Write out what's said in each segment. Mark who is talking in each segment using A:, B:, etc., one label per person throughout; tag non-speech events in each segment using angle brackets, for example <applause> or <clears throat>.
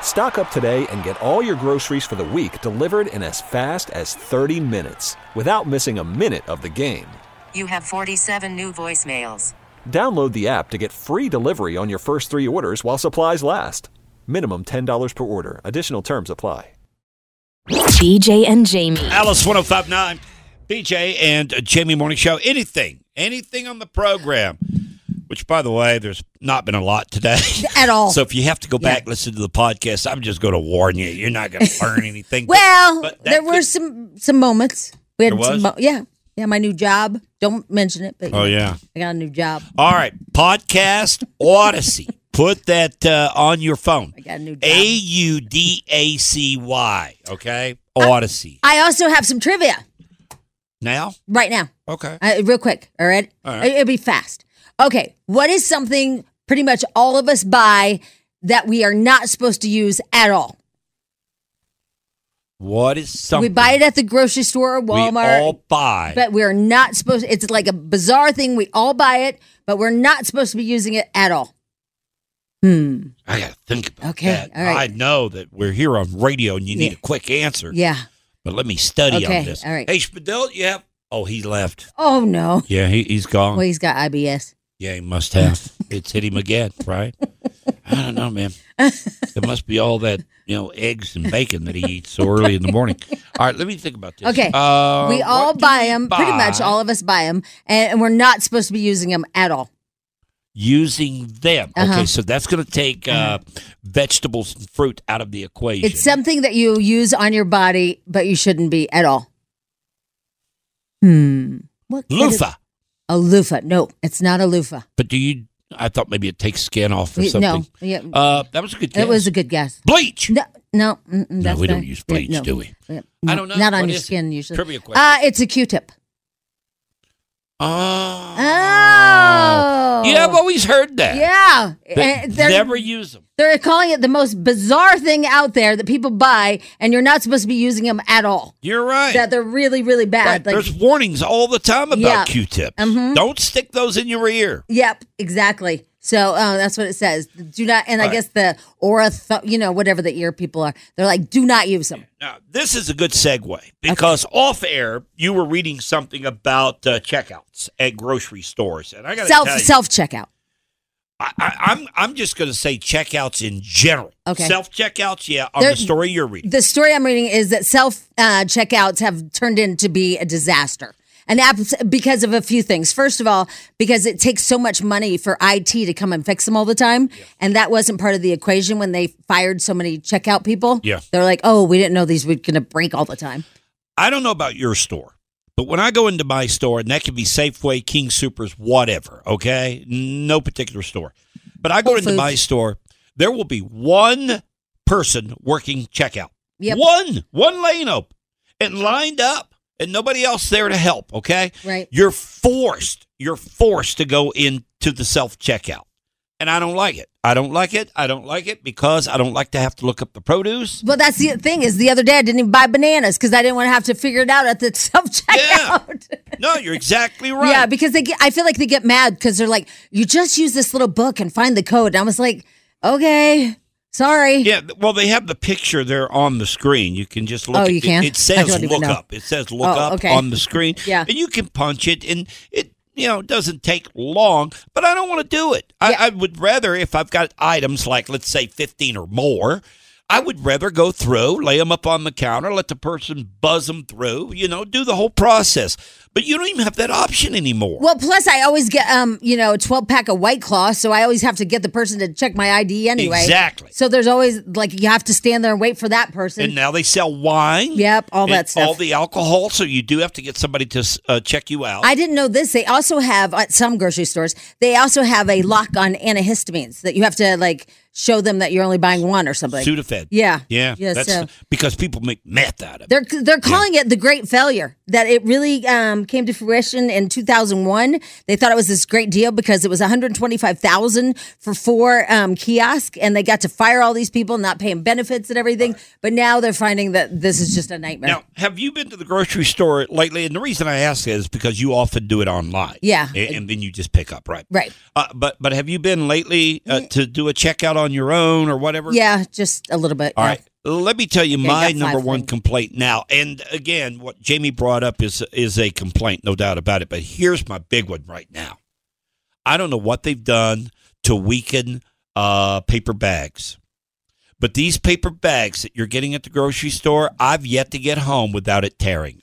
A: Stock up today and get all your groceries for the week delivered in as fast as 30 minutes without missing a minute of the game.
B: You have 47 new voicemails.
A: Download the app to get free delivery on your first three orders while supplies last. Minimum $10 per order. Additional terms apply.
C: BJ and Jamie.
D: Alice 1059, BJ and Jamie Morning Show. Anything, anything on the program, which, by the way, there's not been a lot today.
E: <laughs> At all.
D: So if you have to go back, listen to the podcast, I'm just going to warn you, you're not going to
E: <laughs>
D: learn anything. But-
E: Well,
D: but that
E: there were
D: could-
E: some some moments. We had
D: There was?
E: some mo- yeah. Yeah, my new job. Don't mention it, but
D: Oh, yeah.
E: I got a new job.
D: All right. Podcast Odyssey. Put that uh, on your phone.
E: I got a new job.
D: A U D A C Y. Okay.
E: Ah.
D: Odyssey.
E: I also have some trivia
D: now?
E: right now.
D: Okay.
E: Uh, real quick, all right?
D: All right.
E: It'll be fast. Okay, what is something pretty much all of us buy that we are not supposed to use at all?
D: What is something
E: We buy it at the grocery store or Walmart.
D: We all buy.
E: but we're not supposed it's like a bizarre thing. We all buy it, but we're not supposed to be using it at all. Hmm,
D: I got to think about
E: Okay,
D: that.
E: all right.
D: I know that we're here on radio and you need
E: Yeah.
D: a quick answer,
E: Yeah.
D: but let me study on
E: Okay,
D: this.
E: all right.
D: Hey, Spadil, you have? Oh, he left.
E: Oh no.
D: Yeah, he, he's gone.
E: Well, he's got IBS.
D: Yeah, he must
E: <laughs>
D: have. it's hit him again, right? I don't know, man. It must be all that, you know, eggs and bacon that he eats so early in the morning.
E: <laughs>
D: All right, let me think about this.
E: Okay.
D: Uh,
E: we all
D: what do
E: buy
D: we
E: them, pretty much
D: buy
E: all of us buy them, and, and we're not supposed to be using them at all.
D: Using them. Okay,
E: Uh-huh.
D: so that's going to take uh, vegetables and fruit out of the equation.
E: It's something that you use on your body, but you shouldn't be at all. Hmm. What could it-
D: Loofah.
E: a loofah. No, it's not a loofah.
D: But do you? I thought maybe it takes skin off or
E: Y-
D: something.
E: No, yeah,
D: Uh, that was a good guess.
E: it was a good guess.
D: bleach.
E: No, no, mm, mm, that's
D: we
E: not-
D: don't use
E: yeah,
D: bleach,
E: no.
D: do we?
E: Yeah,
D: I
E: no,
D: don't know.
E: Not on
D: What
E: your
D: is it?
E: skin usually.
D: Trivia question.
E: Uh, it's a Q-tip.
D: oh.
E: Oh.
D: Yeah, I've always heard that.
E: Yeah,
D: But
E: and they're-
D: never use them.
E: They're calling it the most bizarre thing out there that people buy, and you're not supposed to be using them at all.
D: You're right.
E: That they're really, really
D: Right,
E: bad. Like,
D: There's warnings all the time about
E: Yeah. Mm-hmm.
D: Q-tips. Don't stick those in your ear.
E: yep, exactly. So uh, that's what it says. Do not, and I
D: Right.
E: guess the ortho, you know, whatever the ear people are, they're like, do not use them.
D: Now, this is a good segue because off air you were reading something about uh, checkouts at grocery stores, and I got to
E: Self
D: tell you,
E: self checkout.
D: I, I, I'm I'm just going to say checkouts in general.
E: Okay.
D: Self checkouts, yeah. On
E: There-
D: the story you're reading,
E: The story I'm reading is that self uh, checkouts have turned into be a disaster. And that's because of a few things. First of all, because it takes so much money for IT to come and fix them all the time. And that wasn't part of the equation when they fired so many checkout people.
D: Yeah.
E: They're like, oh, we didn't know these were going to break all the time.
D: I don't know about your store, but when I go into my store, and that could be Safeway, King Supers, whatever, okay? No particular store. But I go
E: Whole
D: into my
E: Foods.
D: store, there will be one person working checkout.
E: Yep.
D: One, one lane open and lined up and nobody else there to help, okay?
E: Right.
D: You're forced, you're forced to go into the self checkout. And I don't like it. I don't like it. I don't like it because I don't like to have to look up the produce.
E: Well, that's the thing is the other day I didn't even buy bananas because I didn't want to have to figure it out at the <laughs> self checkout.
D: No, you're
E: <laughs>
D: exactly right.
E: Yeah, because they get, I feel like they get mad because they're like, you just use this little book and find the code. And I was like, okay, sorry.
D: Yeah, th- well, they have the picture there on the screen. You can just look.
E: Oh,
D: at-
E: you
D: it-
E: can?
D: It,
E: I
D: says
E: don't even
D: look
E: know.
D: up. It says look
E: Oh,
D: up
E: okay.
D: on the screen.
E: <laughs> Yeah.
D: and you can punch it, and it you know doesn't take long. But I don't want to do it. I,
E: Yeah.
D: I would rather if I've got items like let's say fifteen or more. I would rather go through, lay them up on the counter, let the person buzz them through, you know, do the whole process. But But you don't even have that option anymore.
E: Well, plus I always get um, you know, a twelve pack of White Claw, so I always have to get the person to check my ID anyway.
D: Exactly.
E: So there's always like you have to stand there and wait for that person.
D: and now they sell wine.
E: Yep, all that
D: and
E: stuff.
D: All the alcohol. So you do have to get somebody to uh, check you out.
E: I didn't know this. They also have at some grocery stores. They also have a lock on antihistamines that you have to like show them that you're only buying one or something.
D: Sudafed.
E: Yeah. uh,
D: Yeah.
E: Yeah,
D: that's
E: so-
D: because people make meth out of it.
E: They're they're calling it the great failure. That it really um, came to fruition in 2001. They thought it was this great deal because it was 125,000 for four um, kiosks, and they got to fire all these people, not paying benefits and everything. But now they're finding that this is just a nightmare.
D: Now, have you been to the grocery store lately? And the reason I ask that is because you often do it online.
E: Yeah.
D: A- And, then you just pick up, right?
E: Right. Mm.
D: Uh, but but have you been lately uh, to do a checkout on your own or whatever?
E: Yeah, just a little bit.
D: All
E: yeah.
D: right. Let me tell you
E: you
D: my
E: got five
D: number one
E: things.
D: complaint now. And again, what Jamie brought up is is a complaint, no doubt about it. But here's my big one right now. I don't know what they've done to weaken uh, paper bags. But these paper bags that you're getting at the grocery store, I've yet to get home without it tearing.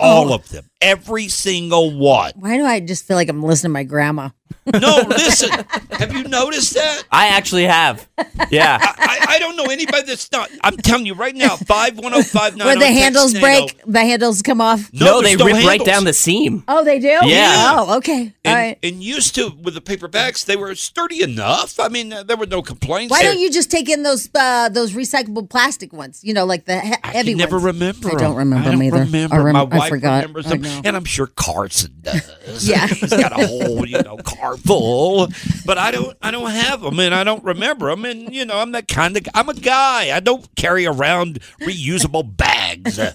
E: Oh.
D: All of them. Every single one.
E: Why do I just feel like I'm listening to my grandma? <laughs>
D: No, listen. Have you noticed that?
F: I actually
E: <laughs>
F: have. Yeah.
D: I, I don't know anybody that's not. I'm telling you right now, five one zero five nine. oh
E: Where the handles break, the handles come off.
F: No, they rip right down the seam.
E: Oh, they do.
F: Yeah.
E: Oh, okay. All
D: And,
E: right.
D: and used to with the paper bags, they were sturdy enough. I mean, uh, there were no complaints.
E: Why
D: there.
E: don't you just take in those uh, those recyclable plastic ones? You know, like the he-
D: I
E: heavy
D: can never
E: ones.
D: remember.
E: I don't
D: 'em.
E: remember
D: I
E: 'em
D: don't
E: either. I
D: Remember.
E: rem-
D: My
E: I
D: wife
E: forgot.
D: remembers
E: I
D: them, <laughs>
E: know. <laughs>
D: and I'm sure Carson does.
E: Yeah.
D: he's got a whole you know car full. But I don't. I don't have them, and I don't remember them. And you know, I'm that kind of. g- I'm a guy. I don't carry around reusable bags.
E: This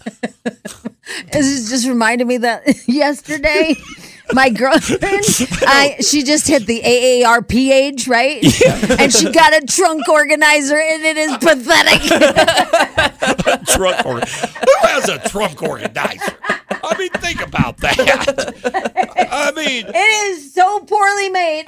E: is just reminded me that <laughs> yesterday
D: <laughs>
E: my girlfriend, I she just hit the AARP
D: <laughs>
E: age, right? And she got a trunk organizer, and it is
D: <laughs>
E: pathetic. <laughs>
D: trunk or who has a trunk organizer? I mean, think about that. I mean,
E: it is so
D: <laughs>
E: poorly made.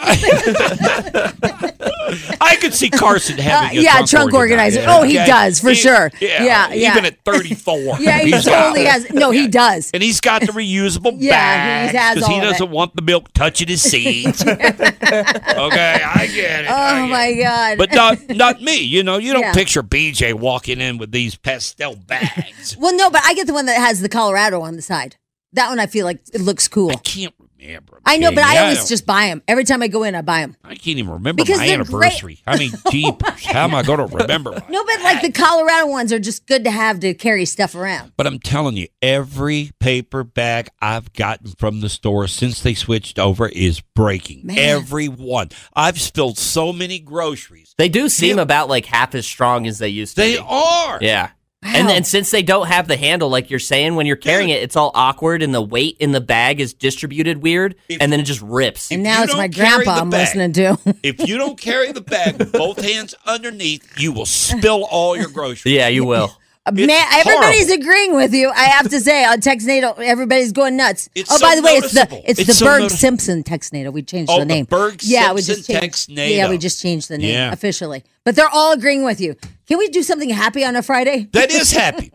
D: I could see Carson having
E: <laughs> Uh,
D: a
E: yeah,
D: trunk,
E: trunk organizer.
D: Yeah.
E: Oh, he does, for sure.
D: Yeah,
E: Yeah, yeah.
D: even at thirty four.
E: <laughs> yeah, he totally has. No, he does.
D: And he's got the reusable
E: <laughs> Yeah,
D: bags
E: he has
D: because he
E: all of it.
D: doesn't want the milk touching his
E: <laughs>
D: seeds. okay, I get it. I
E: Oh
D: get
E: my
D: it.
E: god.
D: But not not me. You know, you don't
E: Yeah.
D: picture BJ walking in with these pastel bags.
E: well, no, but I get the one that has the Colorado on the side. That one I feel like it looks cool.
D: I can't remember.
E: I know, but
D: Jamie.
E: I always
D: don't-
E: just buy them. Every time I go in, I buy them.
D: I can't even remember
E: Because
D: my
E: they're great.
D: anniversary. I
E: <laughs>
D: mean, jeepers, how am I going to remember? my-
E: No, but like the Colorado ones are just good to have to carry stuff around.
D: But I'm telling you, every paper bag I've gotten from the store since they switched over is breaking.
E: Man.
D: Every one. I've spilled so many groceries.
F: They do seem about like half as strong as they used to
D: They
F: be.
D: are.
F: Yeah.
E: Wow.
F: And then since they don't have the handle, like you're saying, when you're carrying it, it's all awkward and the weight in the bag is distributed weird and then it just rips.
E: And now
D: you
E: it's my
D: don't carry
E: grandpa
D: the
E: I'm
D: bag.
E: listening to. <laughs>
D: If you don't carry the bag with both
F: <laughs>
D: hands underneath, you will spill all your groceries.
F: Yeah, you
E: <laughs>
F: will.
E: Man, everybody's
D: horrible.
E: agreeing with you. I have to say on Texnado, everybody's going nuts.
D: It's
E: oh,
D: so
E: by the way, it's the
D: noticeable.
E: it's,
D: It's
E: the
D: so
E: Berg
D: notice-
E: Simpson Texnado. We changed
D: Oh,
E: the
D: the
E: name.
D: Berg
E: yeah, we just
D: Simpson
E: changed, Yeah,
D: Texnado.
E: we just changed the name
D: Yeah.
E: officially. But they're all agreeing with you. Can we do something happy on a Friday?
D: That is happy.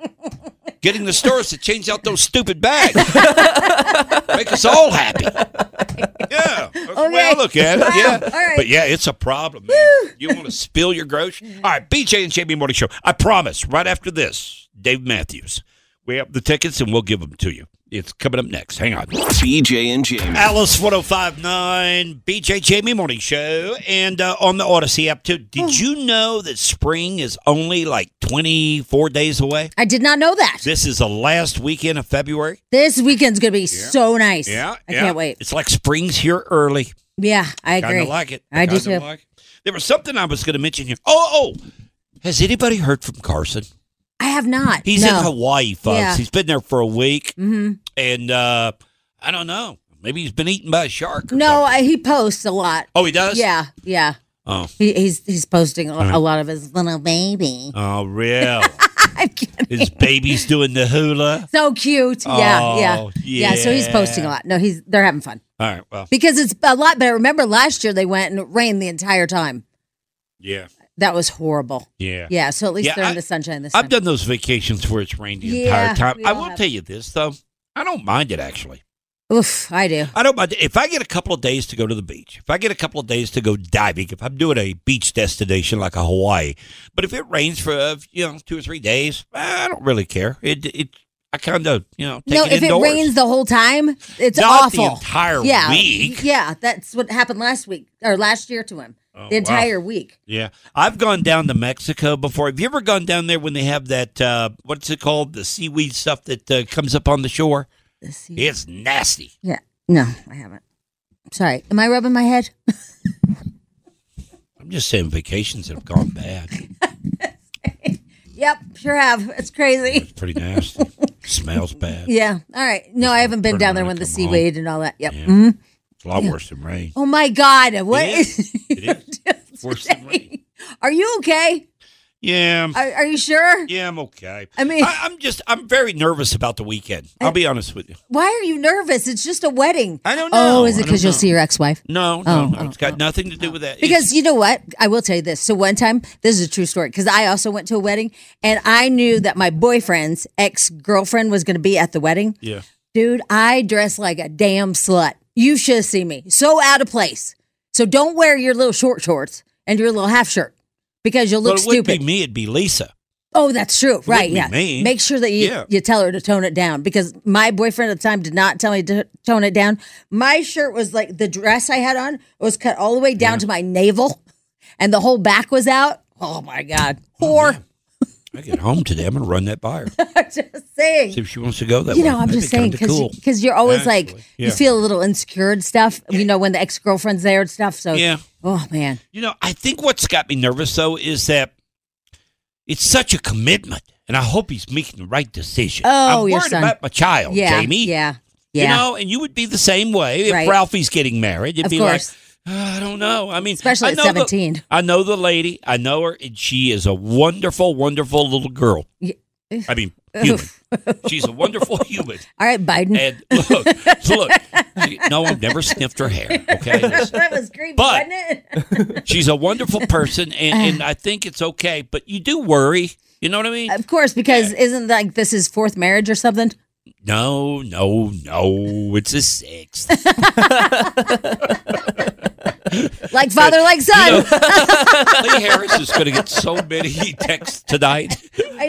D: Getting the stores to change out those stupid
F: <laughs>
D: bags. Make us all happy. Yeah. That's the way I
E: Okay.
D: look at it.
E: Wow.
D: Yeah.
E: All right.
D: But yeah, it's a problem, man. you want to spill your groceries? All right, BJ and JB Morning Show. I promise, right after this, Dave Matthews. We have the tickets and we'll give them to you. It's coming up next. Hang on.
G: BJ and Jamie.
D: Alice 1059, BJ Jamie Morning Show, and uh, on the Odyssey app too.
E: Oh.
D: Did you know that spring is only like 24 days away?
E: I did not know that.
D: This is the last weekend of February.
E: This weekend's gonna be so nice. I can't wait.
D: It's like spring's here early.
E: Yeah, I
D: Kind
E: agree.
D: of like it.
E: I do
D: Kinda
E: too.
D: like it. There was something I was going to mention here. Oh, oh, has anybody heard from Carson?
E: I have not.
D: He's
E: no.
D: in Hawaii, folks.
E: Yeah.
D: He's been there for a week,
E: Mm-hmm.
D: and uh, I don't know. Maybe he's been eaten by a shark. or
E: No,
D: something.
E: I, he posts a lot.
D: oh, he does.
E: Yeah, yeah.
D: Oh,
E: He, he's he's posting a,
D: right.
E: a lot of his little baby. <laughs>
D: oh, real.
E: I'm kidding.
D: His baby's doing the hula.
E: So cute. yeah,
D: Oh,
E: yeah, yeah. So he's posting a
D: yeah.
E: lot. No, he's they're having fun
D: All right. Well,
E: because it's a lot. But I remember last year they went and it rained the entire time.
D: yeah,
E: That was horrible.
D: yeah.
E: Yeah. So at least
D: Yeah,
E: they're
D: I-
E: in the sunshine this
D: I've
E: time.
D: done those vacations where it's rained the
E: Yeah,
D: entire time.
E: we
D: I
E: all
D: will
E: have.
D: tell you this though, I don't mind it actually.
E: Oof, I do.
D: I don't mind if I get a couple of days to go to the beach. If I get a couple of days to go diving, if I'm doing a beach destination like a Hawaii, but if it rains for uh, you know two or three days, I don't really care. It it I kind of you know take
E: no,
D: it
E: if
D: indoors.
E: it rains the whole time, it's
D: Not the
E: awful.
D: entire
E: yeah,
D: week.
E: Yeah, that's what happened last week or last year to him.
D: Oh,
E: the entire week.
D: Yeah, I've gone down to Mexico before. Have you ever gone down there when they have that uh, what's it called the seaweed stuff that uh, comes up on the shore?
E: This year.
D: It's nasty.
E: Yeah. No, I haven't. Sorry. Am I rubbing my head? <laughs>
D: I'm just saying vacations have gone bad.
E: yep, sure have. It's crazy.
D: It's pretty nasty. Smells bad.
E: Yeah. All right. No, I haven't been
D: Burn
E: down there
D: when
E: with
D: I
E: the
D: come home.
E: seaweed and all that. Yep.
D: Yeah.
E: Mhm.
D: It's a lot worse than
E: <laughs>
D: rain.
E: Oh my God. What
D: It
E: is? <laughs>
D: It is. It's worse than rain.
E: Are you okay?
D: Yeah. I'm-
E: Are, are you sure?
D: Yeah, I'm okay.
E: I mean-
D: I, I'm just, I'm very nervous about the weekend. I'll be honest with you.
E: Why are you nervous? It's just a wedding.
D: I don't know.
E: Oh, is
D: I
E: it
D: don't
E: because you'll
D: know.
E: see your ex-wife?
D: No,
E: Oh,
D: no, no.
E: oh,
D: it's got nothing to do with that.
E: Because you know what? I will tell you this. So one time, this is a true story because I also went to a wedding and I knew that my boyfriend's ex-girlfriend was going to be at the wedding.
D: It's-
E: Dude, I dress like a damn slut. You should see me. So out of place. So don't wear your little short shorts and your little half shirt because you'll
D: Well,
E: look
D: it wouldn't
E: stupid.
D: be me, it'd be Lisa.
E: Oh, that's true. Right.
D: be
E: Yeah.
D: me.
E: Make sure that you,
D: Yeah.
E: you tell her to tone it down because my boyfriend at the time did not tell me to tone it down. My shirt was like the dress I had on was cut all the way down to my navel and the whole back was out. Oh my God. Whore.
D: I get home today. I'm going to run that by her.
E: <laughs> I'm just saying.
D: See if she wants to go that
E: You
D: way.
E: know, I'm
D: That'd
E: just
D: be
E: saying
D: kinda
E: because
D: cool.
E: because you're always
D: Actually,
E: like
D: yeah.
E: you feel a little insecure and stuff. You know when the ex girlfriend's there and stuff. So
D: Yeah.
E: Oh man.
D: You know, I think what's got me nervous though is that it's such a commitment, and I hope he's making the right decision.
E: Oh,
D: I'm
E: your
D: worried
E: son.
D: about my child,
E: Yeah.
D: Jamie.
E: Yeah. Yeah.
D: You know, and you would be the same way if
E: Right.
D: Ralphie's getting married. You'd
E: Of
D: be
E: course.
D: like, "Ah, I don't know. I mean,
E: Especially
D: I
E: at
D: know the- <laughs>
E: 17.
D: I know the lady. I know her, and she is a wonderful, wonderful little girl.
E: Ye-
D: I mean,
E: <laughs>
D: human. She's a wonderful human.
E: All right, Biden.
D: And look, look. No, I've never sniffed her hair. Okay, Listen.
E: <laughs> that was creepy,
D: But-
E: wasn't it? <laughs>
D: She's a wonderful person, and, and I think it's okay. But you do worry. You know what I mean?
E: Of course, because isn't like this his fourth marriage or something?
D: No, no, no. It's a sixth. You <laughs>
E: Like father, like son.
D: know, Lee Harris is going to get so many texts
E: <laughs>
D: tonight.
E: I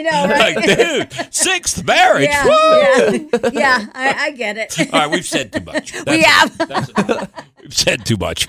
D: <laughs>
E: know, right?
D: like, dude, sixth marriage.
E: <laughs> yeah,
D: Woo!
E: yeah, yeah. I, I get it.
D: All right, we've said too much. That's
E: We have.
D: that's enough. We've said too much.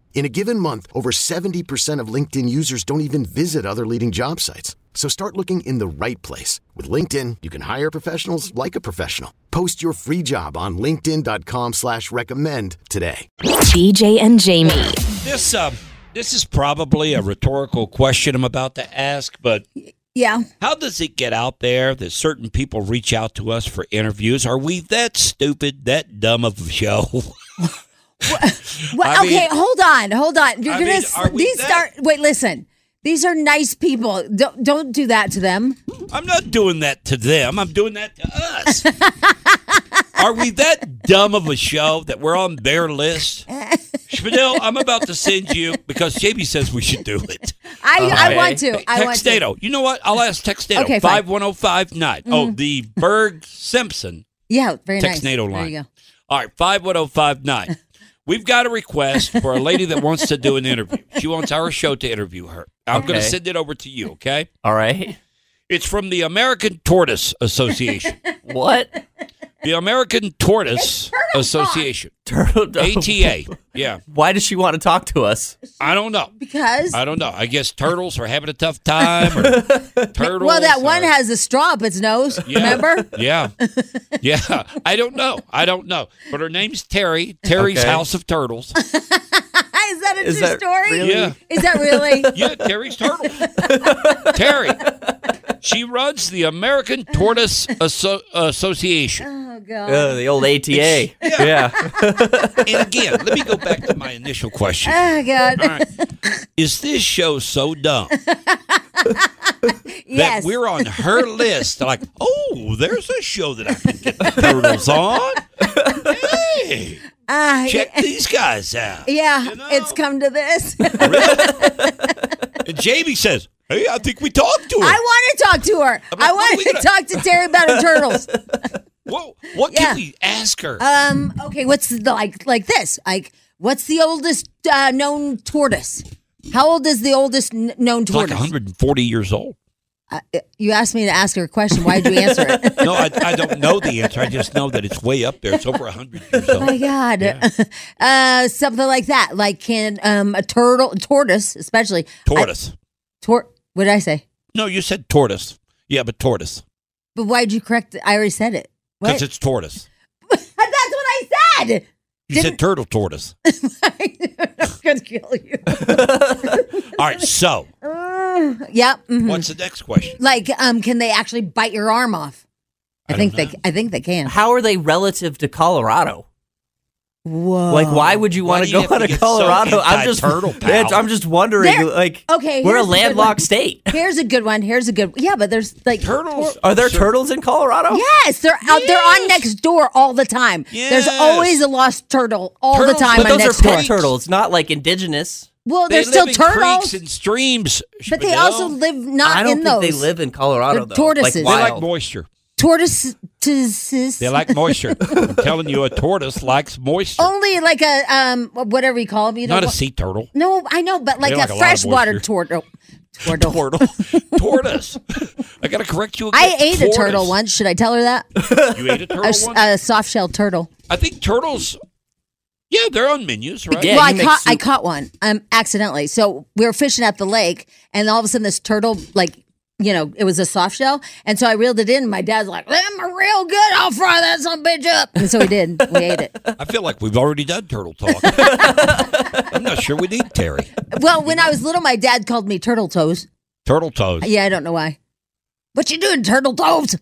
H: In a given month, over 70% of LinkedIn users don't even visit other leading job sites. So start looking in the right place. With LinkedIn, you can hire professionals like a professional. Post your free job on linkedin.com/recommend slash recommend today.
C: BJ and Jamie.
D: This um, this is probably a rhetorical question I'm about to ask, but
E: <laughs> yeah.
D: How does it get out there that certain people reach out to us for interviews? Are we that stupid, that dumb of a show? <laughs>
E: Well,
D: I mean-
E: okay, hold on, hold on. You're
D: I
E: gonna
D: mean,
E: s-
D: are we
E: these
D: that-
E: are wait. Listen, these are nice people. Don't don't do that to them.
D: I'm not doing that to them. I'm doing that to
E: <laughs>
D: us. Are we that dumb of a show that we're on their list? Spadil, I'm about to send you because JB says we should do it.
E: I, I
D: Uh-huh.
F: Okay.
E: want to. I want to.
D: Textato. You know what? I'll ask Textato.
E: Okay, fine. Mm-hmm.
D: 51059. Oh, the Berg Simpson
E: Yeah, very nice.
D: Textnado
E: There
D: line.
E: you go.
D: All right,
E: <laughs>
D: 51059. We've got a request for a lady that wants to do an interview. She wants our show to interview her. I'm going to
F: Okay.
D: send it over to you, okay?
F: All right.
D: It's from the American Tortoise
E: <laughs>
D: Association.
F: What?
D: the American Tortoise
E: <laughs>
D: Association.
F: Turtle Dove.
D: ATA. Yeah.
F: Why does she want to talk to us?
D: I don't know.
E: Because
D: I don't know. I guess turtles are having a tough time. Or turtles.
E: <laughs> well, that one
D: or-
E: has a straw up its nose. Remember? <laughs>
D: Yeah. Yeah. I don't know. I don't know. But her name's Terry. Terry's
F: Okay.
D: House of Turtles.
E: Is that a
F: Is
E: true
F: that
E: story?
F: really-
D: Yeah.
E: Is that
F: <laughs>
E: really?
D: Yeah, Terry's Turtles. Terry. She runs the American Tortoise Asso- Association.
E: oh God.
F: Uh, the old ATA. yeah.
D: And again, let me go back to my initial question.
E: Oh God.
D: All right. Is this show so dumb
E: yes.
D: that we're on her list? Like, oh, there's a show that I can get the turtles on. Hey,
E: <laughs> Ah,
D: check these guys out.
E: yeah.
D: You know?
E: It's come
D: <laughs>
E: to this.
D: And Jamie says, "Hey, I think we talked to her.
E: I want to talk to her.
D: I'm like, what
E: I
D: are
E: want
D: we
E: to
D: gonna-
E: talk to Terry
D: <laughs>
E: about her turtles.
D: Whoa, what
E: Yeah.
D: can we ask her?
E: Um. Okay. What's the, like like this? Like, what's the oldest uh, known tortoise? How old is the oldest kn- known
D: It's like
E: tortoise? Uh,
D: 140 years old.
E: you asked me to ask her a question. Why did you answer
D: <laughs>
E: it?
D: No, I, I don't know the answer. I just know that it's way up there. It's over 100 years
E: Oh my
D: old.
E: God. <laughs> Uh, something like that. Like, can um, a turtle, tortoise, especially,
D: Tortoise.
E: tor- what did I say?
D: No, you said tortoise. Yeah, but tortoise
E: But why'd you correct it? I already said it. What?
D: because it's tortoise.
E: <laughs> That's what I said. <laughs>
D: You said turtle tortoise.
E: I'm going to kill
D: <laughs>
E: you. <laughs>
D: All right,
E: <clears throat>
D: so
E: yep. mhm.
D: what's the next question?
E: Like, um, can they actually bite your arm off? I, think they. I think they can.
F: How are they relative to Colorado?
E: Whoa.
F: Like,
E: <laughs>
F: why would you
D: Oh. Why
F: want
D: do
F: to
D: you
F: go
D: have to
F: out
D: get
F: of
D: so
F: Colorado? I'm just
D: anti-turtle,
F: <laughs>
D: pal?
F: Yeah, I'm just wondering.
E: There-
F: like,
E: okay, here's
F: we're a
E: a good one.
F: landlocked state.
E: Here's a good one. Here's a good. Yeah, but there's like
D: Turtles.
F: Are there
D: Sure.
F: turtles in Colorado?
E: Yes, they're out. They're on next door all the time. There's
D: Yes.
E: always a lost turtle all
D: Turtles,
E: the time
F: but
E: on
F: those
E: next
F: are
E: door.
F: pet turtles, not like indigenous.
E: Well,
D: They
E: they're still
D: live in
E: turtles,
D: creeks and streams.
E: but they
D: Spadil.
E: also live not
F: I don't
E: in
F: think
E: those.
F: they live in Colorado.
E: They're
F: though.
E: tortoises. They
F: Like,
D: they
F: wild.
D: like moisture.
E: tortoises.
D: They like moisture. I'm telling you, a tortoise likes moisture.
E: only like a um whatever you call them. Oh, You
D: Not
E: know,
D: a sea turtle.
E: No, I know, but like
D: They
E: a
D: like a lot of
E: freshwater
D: moisture. <laughs>
E: turtle. Turtle.
D: Turtle. <laughs> tortoise. I got to correct you again.
E: I ate
D: tortoise.
E: a turtle once. Should I tell her that?
D: You ate a turtle
E: <laughs> A, s-
D: once?
E: a soft shell turtle.
D: I think turtles. Yeah, they're on menus, right?
F: Yeah,
E: well, I
F: you make
E: caught I
F: soup.
E: caught one um accidentally. So we were fishing at the lake, and all of a sudden this turtle like. You know, it was a soft shell, and so I reeled it in. My dad's like, "Them are real good. I'll fry that some bitch up." And so we did. We ate it.
D: <laughs>
F: <laughs>
D: I feel like we've already done turtle
E: <laughs>
D: talk. I'm not sure we need Terry.
E: Well, when I was little, my dad called me turtle toes.
D: Turtle toes.
E: Yeah, I don't know why. What you doing, turtle toes?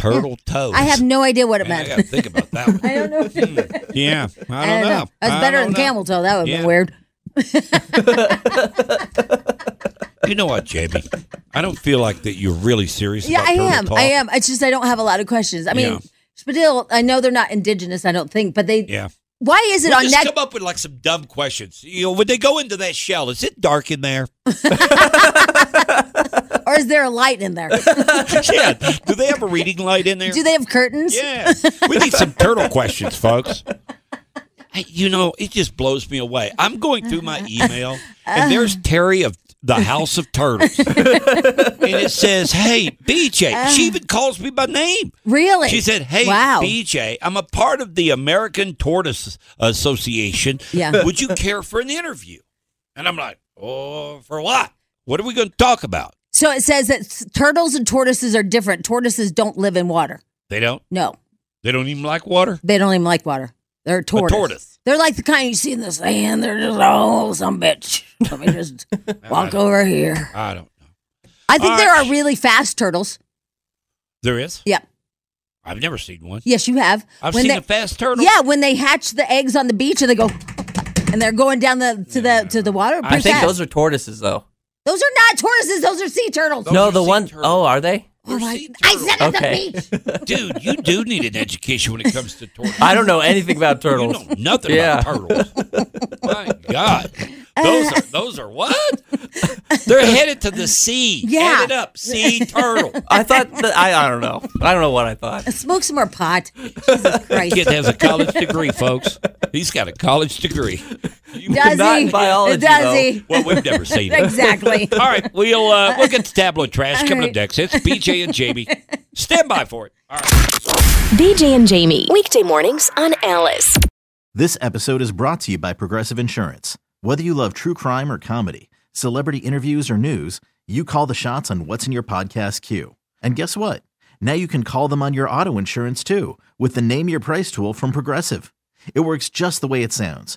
D: Turtle toes.
E: I have no idea what it
D: Man, I
E: meant.
D: got to think about that one.
E: <laughs> I don't know. If it-
D: Yeah, I
E: I
D: don't know.
E: That's
D: I
E: better
D: don't
E: than
D: know.
E: camel toe. That would have
D: Yeah.
E: been weird.
D: You know what, Jamie? I don't feel like that you're really serious
E: Yeah,
D: about
E: I
D: turtle
E: am.
D: talk.
E: I am. It's just I don't have a lot of questions. I mean,
D: Yeah.
E: Spadil, I know they're not indigenous. I don't think, but they.
D: Yeah.
E: Why is it
D: We'll
E: on
D: just
E: neck?
D: come up with like some dumb questions. You know, when they go into that shell, is it dark in there? <laughs>
E: or is there a light
D: <laughs>
E: in there?
D: yeah. Do they have a reading light in there?
E: Do they have <laughs> curtains?
D: Yeah. We need some turtle questions, folks. Hey, you know, it just blows me away. I'm going through my email, and there's Terry of the House of Turtles. and it says, Hey, BJ. she even calls me by name.
E: Really?
D: She said, Hey,
E: wow.
D: BJ, I'm a part of the American Tortoise <laughs> Association.
E: Yeah.
D: Would you care for an interview? And I'm like, Oh, for what? What are we going to talk about?
E: So it says that s- turtles and tortoises are different. Tortoises don't live in water.
D: They don't.
E: No,
D: They don't even like water.
E: they don't even like water. They're a tortoise.
D: tortoise.
E: They're like the kind you see in the sand. They're just oh, some bitch. Let
D: <laughs>
E: me just walk over here.
D: I don't know.
E: I think
D: All
E: there
D: right.
E: are really fast turtles.
D: There is?
E: Yeah.
D: I've never seen one.
E: Yes, you have.
D: I've
E: When
D: seen
E: they-
D: a fast turtle.
E: Yeah, when they hatch the eggs on the beach and they go, and they're going down the to the to the water.
F: I
E: pretty
F: think
E: fast.
F: those are tortoises, though.
E: Those are not tortoises. Those are sea turtles.
D: Those
F: no,
D: are
F: the
D: sea
F: one oh
D: turtles.
F: are they?
D: They're
I: Oh, I,
D: sea
I: I said at
F: Okay.
I: the beach.
D: Dude, you do need an education when it comes to turtles.
F: I don't know anything
D: <laughs>
F: about
D: You
F: turtles.
D: know nothing
F: Yeah.
D: about turtles. My God.
I: Uh,
D: Those are those are what?
I: <laughs>
D: They're headed to the sea.
I: Yeah.
D: Headed up. Sea turtle.
F: I thought that, I I don't know. I don't know what I
E: Uh,
F: thought.
I: Smoke some more
F: <laughs>
I: pot. Jesus Christ.
E: <laughs>
D: Kid has a college degree, folks. He's got a college degree.
I: Does
F: Not
I: he?
F: in biology,
I: Does
F: though.
I: he?
D: Well, we've never seen it.
I: Exactly.
D: All right, we'll uh, we'll get to tableau trash
I: All
D: coming up
I: right.
D: next. It's BJ and Jamie. Stand by for it. All right.
J: BJ and Jamie. Weekday mornings on Alice.
K: This episode is brought to you by Progressive Insurance. Whether you love true crime or comedy, celebrity interviews or news, you call the shots on what's in your podcast queue. And guess what? Now you can call them on your auto insurance too with the Name Your Price tool from Progressive. It works just the way it sounds.